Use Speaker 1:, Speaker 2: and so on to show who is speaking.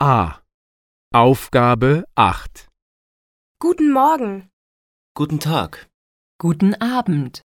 Speaker 1: A. Aufgabe 8.
Speaker 2: Guten Morgen.
Speaker 3: Guten Tag.
Speaker 4: Guten Abend.